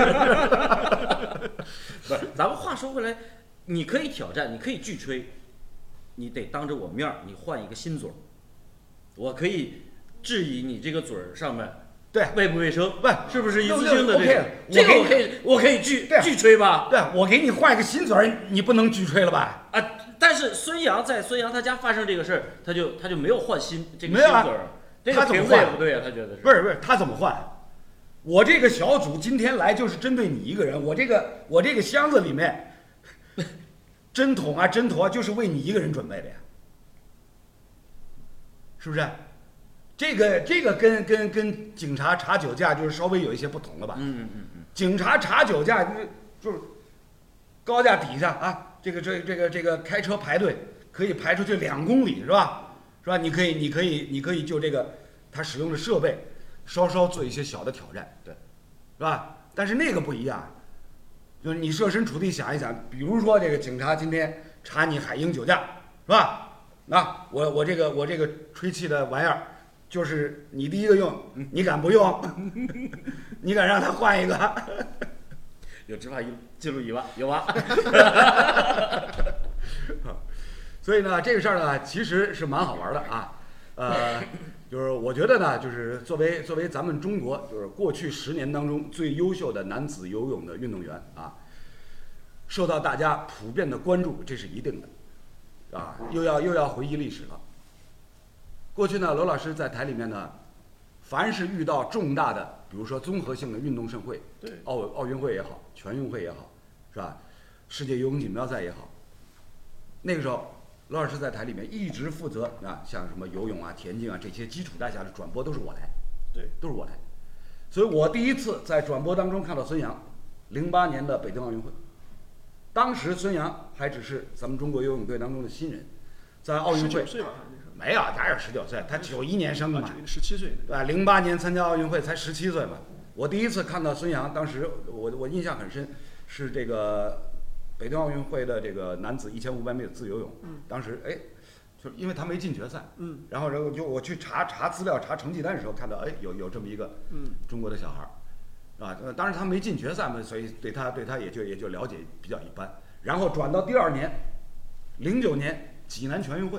Speaker 4: 不是，咱们话说回来，你可以挑战，你可以拒吹，你得当着我面儿，你换一个新嘴儿，我可以质疑你这个嘴儿上面
Speaker 1: 对
Speaker 4: 卫不卫生，
Speaker 1: 喂
Speaker 4: 是不是一
Speaker 1: 六
Speaker 4: 次
Speaker 1: 六
Speaker 4: 性的这个
Speaker 1: OK，？
Speaker 4: 这个
Speaker 1: 我
Speaker 4: 我可以，我可以拒
Speaker 1: 对啊
Speaker 4: 拒吹吧？
Speaker 1: 对，我给你换一个新嘴儿，你不能拒吹了吧？
Speaker 4: 啊，但是孙杨在孙杨他家发生这个事儿，他就他就没有换新这个
Speaker 1: 没
Speaker 4: 新
Speaker 1: 有
Speaker 4: 嘴
Speaker 1: 啊
Speaker 4: 儿，这
Speaker 1: 他
Speaker 4: 个
Speaker 1: 怎么
Speaker 4: 瓶子也
Speaker 1: 换
Speaker 4: 不对啊，他觉得是
Speaker 1: 不是不是，他怎么换？我这个小组今天来就是针对你一个人，我这个我这个箱子里面，针筒啊针头啊就是为你一个人准备的呀，是不是？这个这个跟跟跟警察查酒驾就是稍微有一些不同了吧？
Speaker 4: 嗯嗯嗯嗯，
Speaker 1: 警察查酒驾就是就是高架底下啊，这个这个这个这个开车排队可以排出去两公里是吧？是吧？你可以你可以你可以就这个他使用的设备稍稍做一些小的挑战，
Speaker 4: 对，
Speaker 1: 是吧？但是那个不一样，就是你设身处地想一想，比如说这个警察今天查你海英酒驾是吧？那我我这个我这个吹气的玩意儿，就是你第一个用，你敢不用？ 你敢让他换一个？
Speaker 4: 有执法记录记录仪吧？有吧？
Speaker 1: 所以呢，这个事儿呢，其实是蛮好玩的啊。呃，就是我觉得呢，就是作为作为咱们中国，就是过去十年当中最优秀的男子游泳的运动员啊，受到大家普遍的关注，这是一定的，啊，又要又要回忆历史了。过去呢，罗老师在台里面呢，凡是遇到重大的，比如说综合性的运动盛会，
Speaker 3: 对
Speaker 1: 奥奥运会也好，全运会也好，是吧？世界游泳锦标赛也好，那个时候罗老师在台里面一直负责啊，像什么游泳啊、田径啊这些基础代项的转播都是我来，
Speaker 3: 对，
Speaker 1: 都是我来。所以我第一次在转播当中看到孙杨，零八年的北京奥运会，当时孙杨还只是咱们中国游泳队当中的新人，在奥运
Speaker 3: 十
Speaker 1: 会嗯
Speaker 3: 九岁吧，好像是啊
Speaker 1: 没有哪有十九岁，他九一年生的嘛，
Speaker 3: 十七岁
Speaker 1: 对吧？零八年参加奥运会才十七岁嘛。我第一次看到孙杨，当时我我印象很深，是这个北京奥运会的这个男子一千五百米自由泳
Speaker 3: 嗯，
Speaker 1: 当时哎，就是因为他没进决赛，
Speaker 3: 嗯
Speaker 1: 然后然后就我去查查资料、查成绩单的时候看到，哎，有有这么一个
Speaker 3: 嗯，
Speaker 1: 中国的小孩儿，啊，呃当然他没进决赛嘛，所以对他对他也就也就了解比较一般。然后转到第二年，零九年济南全运会，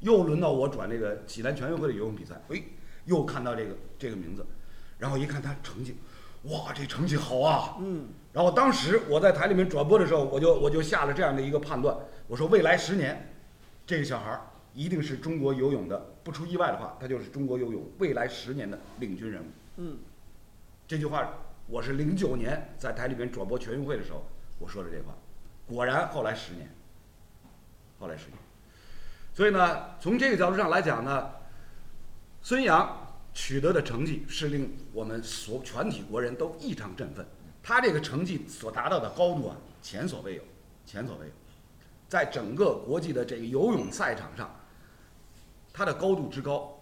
Speaker 1: 又轮到我转这个济南全运会的游泳比赛，哎，又看到这个这个名字，然后一看他成绩，哇，这成绩好啊！
Speaker 3: 嗯，
Speaker 1: 然后当时我在台里面转播的时候，我就我就下了这样的一个判断，我说未来十年，这个小孩儿一定是中国游泳的，不出意外的话，他就是中国游泳未来十年的领军人物。
Speaker 3: 嗯，
Speaker 1: 这句话我是零九年在台里面转播全运会的时候我说的这话，果然后来十年，后来十年，所以呢，从这个角度上来讲呢，孙杨取得的成绩是令我们所全体国人都异常振奋，他这个成绩所达到的高度啊，前所未有，前所未有，在整个国际的这个游泳赛场上，他的高度之高，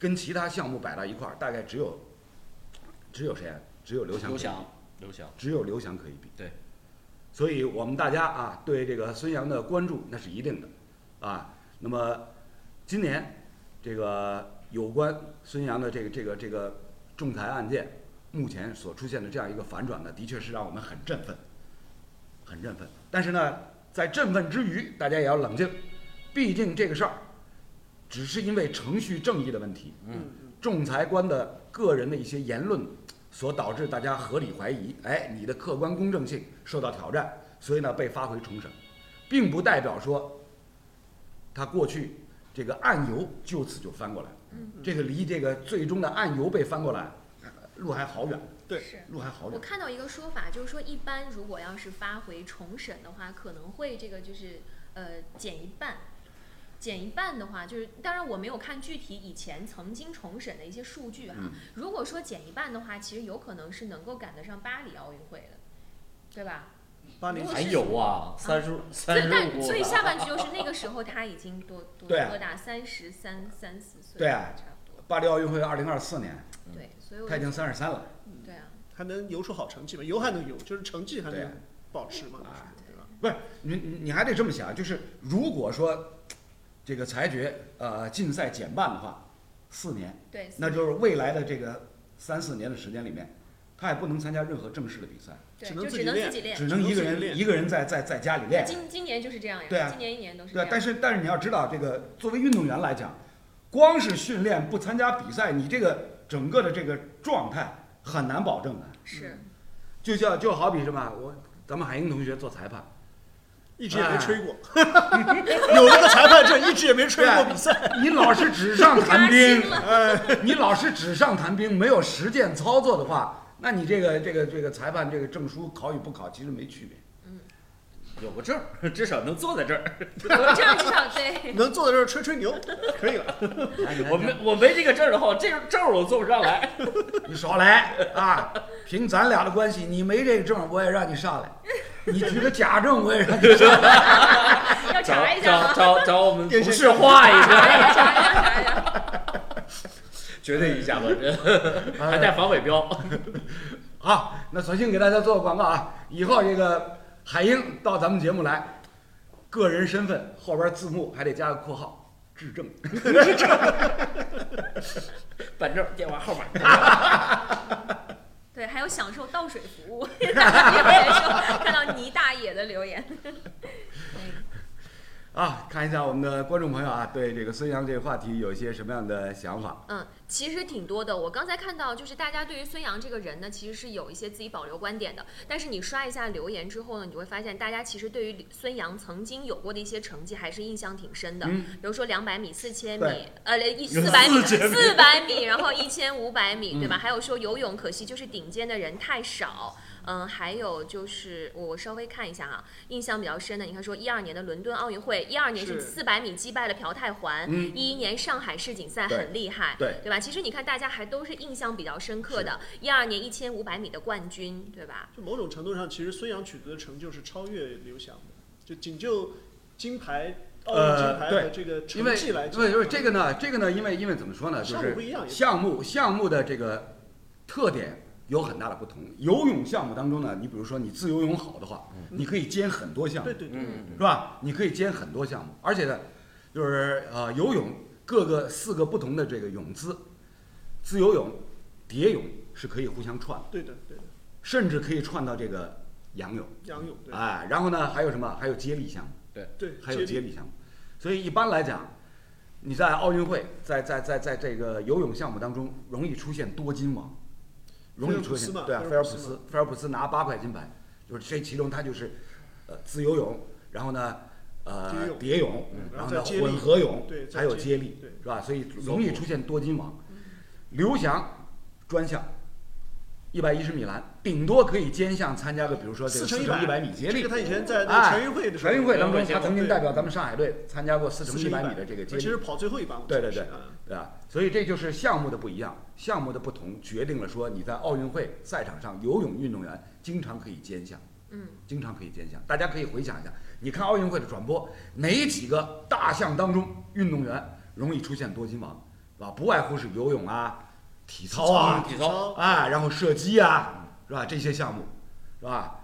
Speaker 1: 跟其他项目摆到一块儿，大概只有只有谁啊？只有刘翔可以
Speaker 4: 刘
Speaker 1: 比，
Speaker 4: 翔，刘翔，
Speaker 1: 只有刘翔可以比。
Speaker 4: 对，
Speaker 1: 所以我们大家啊，对这个孙杨的关注那是一定的，啊，那么今年这个有关孙杨的这个这个这个仲裁案件，目前所出现的这样一个反转呢，的确是让我们很振奋，很振奋。但是呢，在振奋之余，大家也要冷静，毕竟这个事儿只是因为程序正义的问题，
Speaker 3: 嗯，
Speaker 1: 仲裁官的个人的一些言论所导致大家合理怀疑，哎，你的客观公正性受到挑战，所以呢被发回重审，并不代表说他过去这个案由就此就翻过来，
Speaker 2: 嗯
Speaker 1: 这个离这个最终的案由被翻过来，呃路还好远，
Speaker 3: 对
Speaker 2: 是。
Speaker 1: 路还好
Speaker 2: 我
Speaker 1: 远。
Speaker 2: 看到一个说法，就是说一般如果要是发回重审的话，可能会这个就是呃减一半。减一半的话，就是当然我没有看具体以前曾经重审的一些数据哈。
Speaker 1: 嗯
Speaker 2: 如果说减一半的话，其实有可能是能够赶得上巴黎奥运会的，对吧？
Speaker 3: 八零
Speaker 2: 如果
Speaker 4: 还
Speaker 2: 是
Speaker 4: 有啊，三十
Speaker 2: 所
Speaker 4: 三
Speaker 2: 以
Speaker 4: 十
Speaker 2: 但
Speaker 4: 五，
Speaker 2: 所以下半句就是那个时候他已经多多
Speaker 1: 对啊
Speaker 2: 多大三十三三四岁，
Speaker 1: 对啊
Speaker 2: 差不多。
Speaker 1: 巴黎奥运会二零二四年，
Speaker 2: 对，所以我
Speaker 1: 他已
Speaker 2: 就
Speaker 1: 经三十三了，
Speaker 2: 对啊，
Speaker 3: 还能游出好成绩吗？游还能游，就是成绩还
Speaker 1: 对啊
Speaker 3: 能保持嘛，
Speaker 1: 啊
Speaker 3: 对吧？
Speaker 1: 不是你你你还得这么想，啊就是如果说这个裁决呃禁赛减半的话，四年。
Speaker 2: 对，
Speaker 1: 那就是未来的这个三四年的时间里面，他也不能参加任何正式的比赛，
Speaker 2: 对，
Speaker 3: 只能
Speaker 2: 就
Speaker 3: 自
Speaker 2: 只
Speaker 3: 己
Speaker 2: 能自
Speaker 3: 练
Speaker 2: 己练。
Speaker 1: 只能一个
Speaker 3: 只能自己
Speaker 1: 人
Speaker 3: 练
Speaker 1: 一个人在在在家里练。
Speaker 2: 今今年就是这样呀，
Speaker 1: 对啊
Speaker 2: 今年一年都是这
Speaker 1: 对
Speaker 2: 样。，
Speaker 1: 但是但是你要知道，这个作为运动员来讲，光是训练不参加比赛，你这个整个的这个状态很难保证的。
Speaker 2: 是
Speaker 1: 嗯就像就好比什么，我咱们海英同学做裁 判，
Speaker 3: 一直也
Speaker 1: 哎
Speaker 3: 没吹过，
Speaker 1: 啊
Speaker 3: 有那个裁判证，一直也没吹 过比赛。
Speaker 1: 你老是纸上谈 兵
Speaker 2: 扎心，了
Speaker 1: 你老是纸上谈兵，没有实践操作的话，那你这个这个这个裁判这个证书考与不考其实没区别。
Speaker 4: 有个证儿，至少能坐在这儿。
Speaker 2: 我这样至少对。
Speaker 3: 能坐在这儿吹吹牛，可以了。
Speaker 1: 哎
Speaker 4: 我没我没这个证儿的话，这证儿我坐不上来。
Speaker 1: 你少来啊！凭咱俩的关系，你没这个证，我也让你上来；你举个假证，我也让你上来。
Speaker 2: 要
Speaker 4: 找
Speaker 2: 查一下
Speaker 4: 找
Speaker 2: 吗？
Speaker 4: 找找我们
Speaker 3: 电
Speaker 4: 同
Speaker 3: 视
Speaker 4: 事画一
Speaker 2: 查一
Speaker 4: 下，
Speaker 2: 下，查一下，查一下。
Speaker 4: 绝对一下子， 还带防伪标。
Speaker 1: 好，那索性给大家做个广告啊！以后这个海英到咱们节目来，个人身份后边字幕还得加个括号，质证。
Speaker 4: 办证、电话号码。
Speaker 2: 对，还有享受倒水服务。 有人说看到倪大爷的留言，
Speaker 1: 啊，看一下我们的观众朋友啊，对这个孙杨这个话题有一些什么样的想法？
Speaker 2: 嗯，其实挺多的。我刚才看到，就是大家对于孙杨这个人呢，其实是有一些自己保留观点的。但是你刷一下留言之后呢，你就会发现，大家其实对于孙杨曾经有过的一些成绩，还是印象挺深的。
Speaker 1: 嗯
Speaker 2: 比如说两百米、四千米
Speaker 1: 对，
Speaker 2: 呃，一
Speaker 4: 有
Speaker 2: 四百米、
Speaker 4: 4000米
Speaker 2: 四百米，然后一千五百米，对吧？还有说游泳，可惜就是顶尖的人太少。嗯，还有就是我稍微看一下啊，印象比较深的，你看说一二年的伦敦奥运会，一二年是四百米击败了朴泰桓，
Speaker 1: 嗯
Speaker 2: 一一年上海世锦赛
Speaker 1: 对
Speaker 2: 很厉害，
Speaker 1: 对
Speaker 2: 吧？其实你看大家还都是印象比较深刻的，一二年一千五百米的冠军，对吧？
Speaker 3: 就某种程度上，其实孙杨取得的成就是超越刘翔的，就仅就金牌、奥运金牌
Speaker 1: 呃对
Speaker 3: 和这个
Speaker 1: 因
Speaker 3: 成
Speaker 1: 为
Speaker 3: 绩来讲，啊
Speaker 1: 对，就是这个呢，这个呢，因为因为怎么说呢，就
Speaker 3: 项目
Speaker 1: 是
Speaker 3: 不一样也
Speaker 1: 项目项目的这个特点有很大的不同。游泳项目当中呢，你比如说你自由泳好的话，你可以兼很多项目
Speaker 3: 嗯对，对对，
Speaker 4: 嗯，
Speaker 1: 是吧？你可以兼很多项目，而且呢，就是呃游泳各个四个不同的这个泳姿，自由泳、蝶泳是可以互相串的，
Speaker 3: 对的
Speaker 1: 嗯
Speaker 3: 对的，
Speaker 1: 甚至可以串到这个仰泳。
Speaker 3: 仰泳对
Speaker 1: 哎，然后呢，还有什么？还有接力项目。
Speaker 3: 对，
Speaker 1: 还有
Speaker 3: 接
Speaker 1: 接
Speaker 3: 力
Speaker 1: 力项目。所以一般来讲，你在奥运会，在在在在这个游泳项目当中，容易出现多金王，容易出现
Speaker 3: 菲尔普斯嘛
Speaker 1: 对啊，
Speaker 3: 菲
Speaker 1: 菲尔
Speaker 3: 尔
Speaker 1: 普
Speaker 3: 普斯
Speaker 1: 斯，菲尔普斯拿八块金牌，就是这其中他就是，呃，自由泳，然后呢，
Speaker 3: 蝶
Speaker 1: 呃，
Speaker 3: 泳嗯
Speaker 1: 蝶泳，然
Speaker 3: 然
Speaker 1: 后
Speaker 3: 后
Speaker 1: 呢，
Speaker 3: 再接力
Speaker 1: 混合泳
Speaker 3: 对，再
Speaker 1: 还有接
Speaker 3: 接力
Speaker 1: 力
Speaker 3: 对，嗯
Speaker 1: 是吧？所以容易出现多金王。刘翔专项。一百一十米栏，顶多可以兼项参加个，比如说这个
Speaker 3: 四
Speaker 1: 四
Speaker 3: 乘
Speaker 1: 乘一百
Speaker 3: 一百
Speaker 1: 米接力
Speaker 3: 这个，他以前在那
Speaker 1: 哎
Speaker 3: 个全运会的时候，
Speaker 1: 全运会当中，
Speaker 4: 全运会
Speaker 1: 他曾经
Speaker 3: 对
Speaker 1: 代表咱们上海队参加过四乘一百米的这个接
Speaker 3: 其实
Speaker 1: 力，
Speaker 3: 跑最后一把，我
Speaker 1: 对
Speaker 3: 记
Speaker 1: 对
Speaker 3: 得
Speaker 1: 对
Speaker 3: 是啊
Speaker 1: 对吧？所以这就是项目的不一样，项目的不同决定了说你在奥运会赛场上，游泳运动员经常可以兼项，
Speaker 2: 嗯，
Speaker 1: 经常可以兼项。大家可以回想一下，你看奥运会的转播，哪几个大项当中运动员容易出现多金王，是吧？不外乎是游泳啊、体操啊、
Speaker 4: 体
Speaker 3: 体
Speaker 4: 操
Speaker 3: 操
Speaker 1: 啊，然后射击啊，是吧？这些项目，是吧？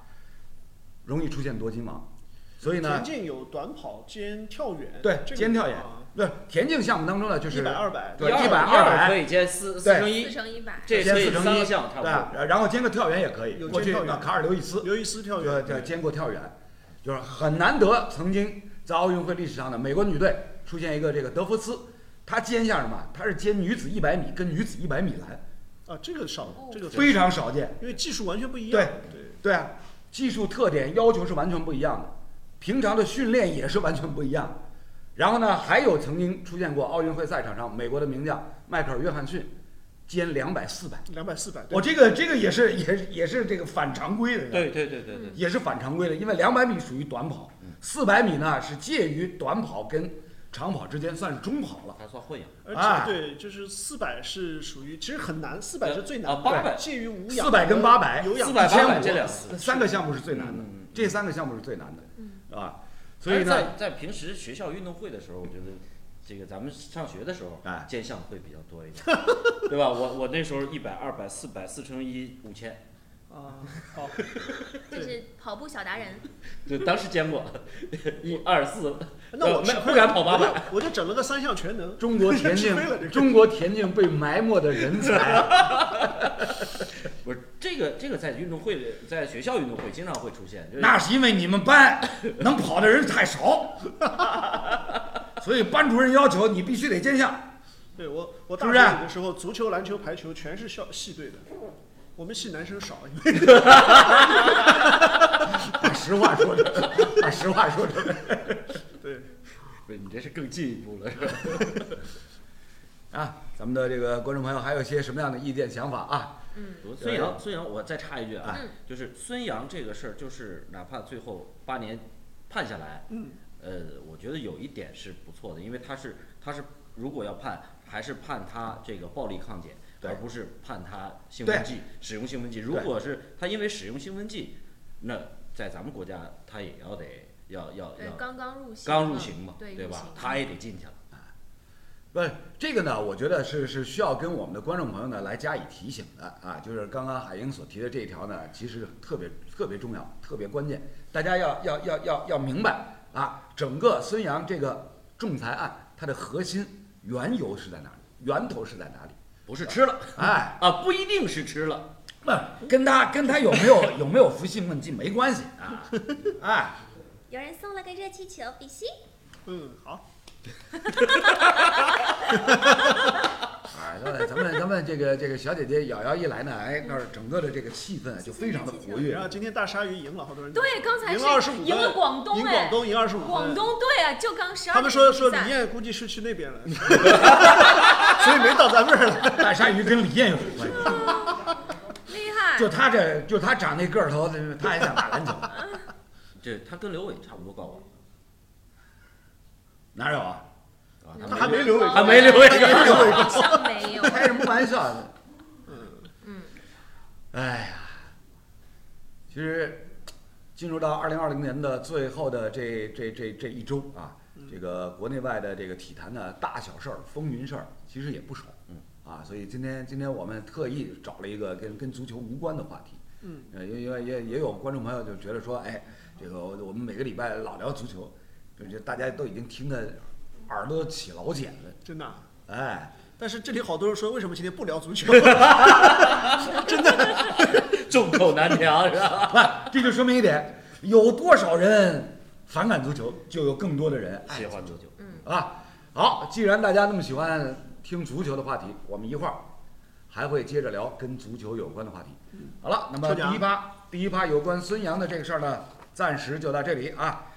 Speaker 1: 容易出现多金王，所以呢
Speaker 3: 田，径有短跑兼跳远，
Speaker 1: 对，
Speaker 3: 这个
Speaker 1: 兼跳远
Speaker 3: 啊，
Speaker 1: 不是田径项目当中呢，就是
Speaker 3: 一百二百，
Speaker 1: 对
Speaker 4: 一
Speaker 1: 100
Speaker 4: 二可以兼四四
Speaker 1: 对
Speaker 4: 乘
Speaker 2: 四
Speaker 4: 一，
Speaker 2: 乘一百，
Speaker 4: 这
Speaker 1: 兼
Speaker 4: 可以
Speaker 1: 四乘
Speaker 4: 三
Speaker 1: 一
Speaker 4: 个项
Speaker 1: 对
Speaker 4: 差不多。
Speaker 1: 吧，然后兼个跳远也可以。
Speaker 3: 有
Speaker 1: 过去
Speaker 3: 兼跳远
Speaker 1: 那卡尔刘易斯
Speaker 3: 刘易斯跳
Speaker 1: 就
Speaker 3: 远，
Speaker 1: 就兼过跳远，就是很难得。曾经在奥运会历史上的美国女队出现一个这个德弗斯，她兼项什么？她是兼女子一百米跟女子一百米栏，
Speaker 3: 啊，这个少
Speaker 2: 哦，
Speaker 3: 这个少
Speaker 1: 非常少见。
Speaker 3: 因为技术完全不一样，对
Speaker 1: 对啊，技术特点要求是完全不一样的，平常的训练也是完全不一样的。然后呢，还有曾经出现过奥运会赛场上美国的名将迈克尔·约翰逊兼两百、四百。哦
Speaker 3: 两百四百，
Speaker 1: 我这个这个也是也是也是这个反常规的，，
Speaker 4: 对对对对对
Speaker 2: 嗯，
Speaker 1: 也是反常规的，因为两百米属于短跑，
Speaker 4: 嗯
Speaker 1: 四百米呢是介于短跑跟长跑之间，算是中跑了。
Speaker 4: 还算混养。
Speaker 3: 而
Speaker 1: 哎
Speaker 3: 且对，就是四百是属于其实很难，四百是最难
Speaker 4: 啊
Speaker 3: 的，
Speaker 4: 800
Speaker 3: 介于无氧
Speaker 1: 400跟800
Speaker 3: 有氧
Speaker 4: 四百
Speaker 1: 一千五
Speaker 4: 八百这两次，
Speaker 1: 这啊三个项目是最难的
Speaker 4: 嗯嗯嗯，
Speaker 1: 这三个项目是最难的，啊，所以
Speaker 4: 但是
Speaker 1: 呢，
Speaker 4: 在在平时学校运动会的时候，我觉得这个咱们上学的时候
Speaker 1: 哎，
Speaker 4: 兼项会比较多一点，对吧？我我那时候一百、二百、四百、四乘一、五千，
Speaker 3: 啊，好，
Speaker 2: 这是跑步小达人，
Speaker 4: 对，当时兼过一二四，呃
Speaker 3: 那我
Speaker 4: 没
Speaker 3: 吃
Speaker 4: 不
Speaker 3: 亏
Speaker 4: 敢
Speaker 3: 了
Speaker 4: 跑八百，
Speaker 3: 我就我就整了个三项全能，
Speaker 1: 中国田
Speaker 3: 吃亏了
Speaker 1: 径，
Speaker 3: 这个
Speaker 1: 中国田径被埋没的人才，
Speaker 4: 不是这个这个在运动会里，在学校运动会经常会出现，就是
Speaker 1: 那是因为你们班能跑的人太少，所以班主任要求你必须得兼项。
Speaker 3: 对我我
Speaker 1: 是不
Speaker 3: 大学
Speaker 1: 是
Speaker 3: 里的时候，足球、篮球、排球全是校系队的，我们系男生少，因为
Speaker 1: 把实话说出来，把实话说出来。
Speaker 3: 对
Speaker 4: 不是你这是更进一步了，是 吧？
Speaker 1: 啊，咱们的这个观众朋友还有些什么样的意见想法啊？
Speaker 2: 嗯，
Speaker 4: 孙杨，孙杨，我再插一句啊
Speaker 2: 嗯，
Speaker 4: 就是孙杨这个事儿，就是哪怕最后八年判下来，
Speaker 3: 嗯，
Speaker 4: 呃，我觉得有一点是不错的，因为他是他是如果要判，还是判他这个暴力抗检，
Speaker 1: 对
Speaker 4: 而不是判他兴奋剂使用兴奋剂。如果是他因为使用兴奋剂，那在咱们国家他也要得要要
Speaker 2: 对，
Speaker 4: 要
Speaker 2: 刚刚入刑，
Speaker 4: 刚入刑嘛，
Speaker 2: 对
Speaker 4: 对
Speaker 2: 入
Speaker 4: 吧
Speaker 2: 刑？嗯
Speaker 4: 他也得进去了。
Speaker 1: 不是这个呢，我觉得是是需要跟我们的观众朋友呢来加以提醒的啊。就是刚刚海英所提的这一条呢，其实特别特别重要，特别关键，大家要要要要要明白啊，整个孙杨这个仲裁案，它的核心缘由是在哪里，源头是在哪里？
Speaker 4: 不是吃了
Speaker 1: 哎，
Speaker 4: 啊，不一定是吃了，
Speaker 1: 不跟他跟他有没有有没有服兴奋剂没关系啊，哎。
Speaker 2: 有人送了个热气球，比心。
Speaker 3: 嗯，好，
Speaker 1: 哎，那咱们咱们这个这个小姐姐瑶瑶一来呢，哎，那儿整个的这个气氛啊就非常的活跃
Speaker 3: 然。后今天大鲨鱼赢了，好多人
Speaker 2: 对，刚才
Speaker 3: 赢
Speaker 2: 是
Speaker 3: 了25分
Speaker 2: 赢了广东
Speaker 3: 赢
Speaker 2: 哎，
Speaker 3: 广东赢二十五分，
Speaker 2: 广东队啊，就刚十二。
Speaker 3: 他们说说李
Speaker 2: 比赛
Speaker 3: 艳估计是去那边了， 所以没到咱们这儿来。
Speaker 1: 大鲨鱼跟李艳有什么关系？
Speaker 2: 厉害 看，
Speaker 1: 就他这就他长那个儿头，他也想打篮球，
Speaker 4: 这他跟刘伟差不多高
Speaker 1: 哪有啊？
Speaker 4: 啊，啊，
Speaker 2: 嗯
Speaker 4: 他
Speaker 3: 他还
Speaker 4: 没
Speaker 3: 没留尾，
Speaker 4: 还没留尾
Speaker 2: 没有好像没有。
Speaker 1: 开什么玩笑 呢？
Speaker 2: 嗯，
Speaker 1: 哎呀，其实进入到二零二零年的最后的这这这这一周啊，这个国内外的这个体坛的大小事儿、风云事儿，其实也不少。
Speaker 4: 嗯，
Speaker 1: 啊，所以今天今天我们特意找了一个跟跟足球无关的话题。
Speaker 3: 嗯，
Speaker 1: 呃，因为也也有观众朋友就觉得说，哎，这个我我们每个礼拜老聊足球，就就大家都已经听得耳朵起老茧了，
Speaker 3: 真的啊。
Speaker 1: 哎。
Speaker 3: 但是这里好多人说，为什么今天不聊足球？
Speaker 4: 众口难调是吧？
Speaker 1: 不，这就说明一点：有多少人反感足球，就有更多的人爱
Speaker 4: 喜欢足球，
Speaker 1: 球啊。好，既然大家那么喜欢听足球的话题，我们一会儿还会接着聊跟足球有关的话题。好了，那么
Speaker 3: 抽
Speaker 1: 第
Speaker 3: 奖
Speaker 1: 一趴，第一趴有关孙杨的这个事儿呢，暂时就到这里啊。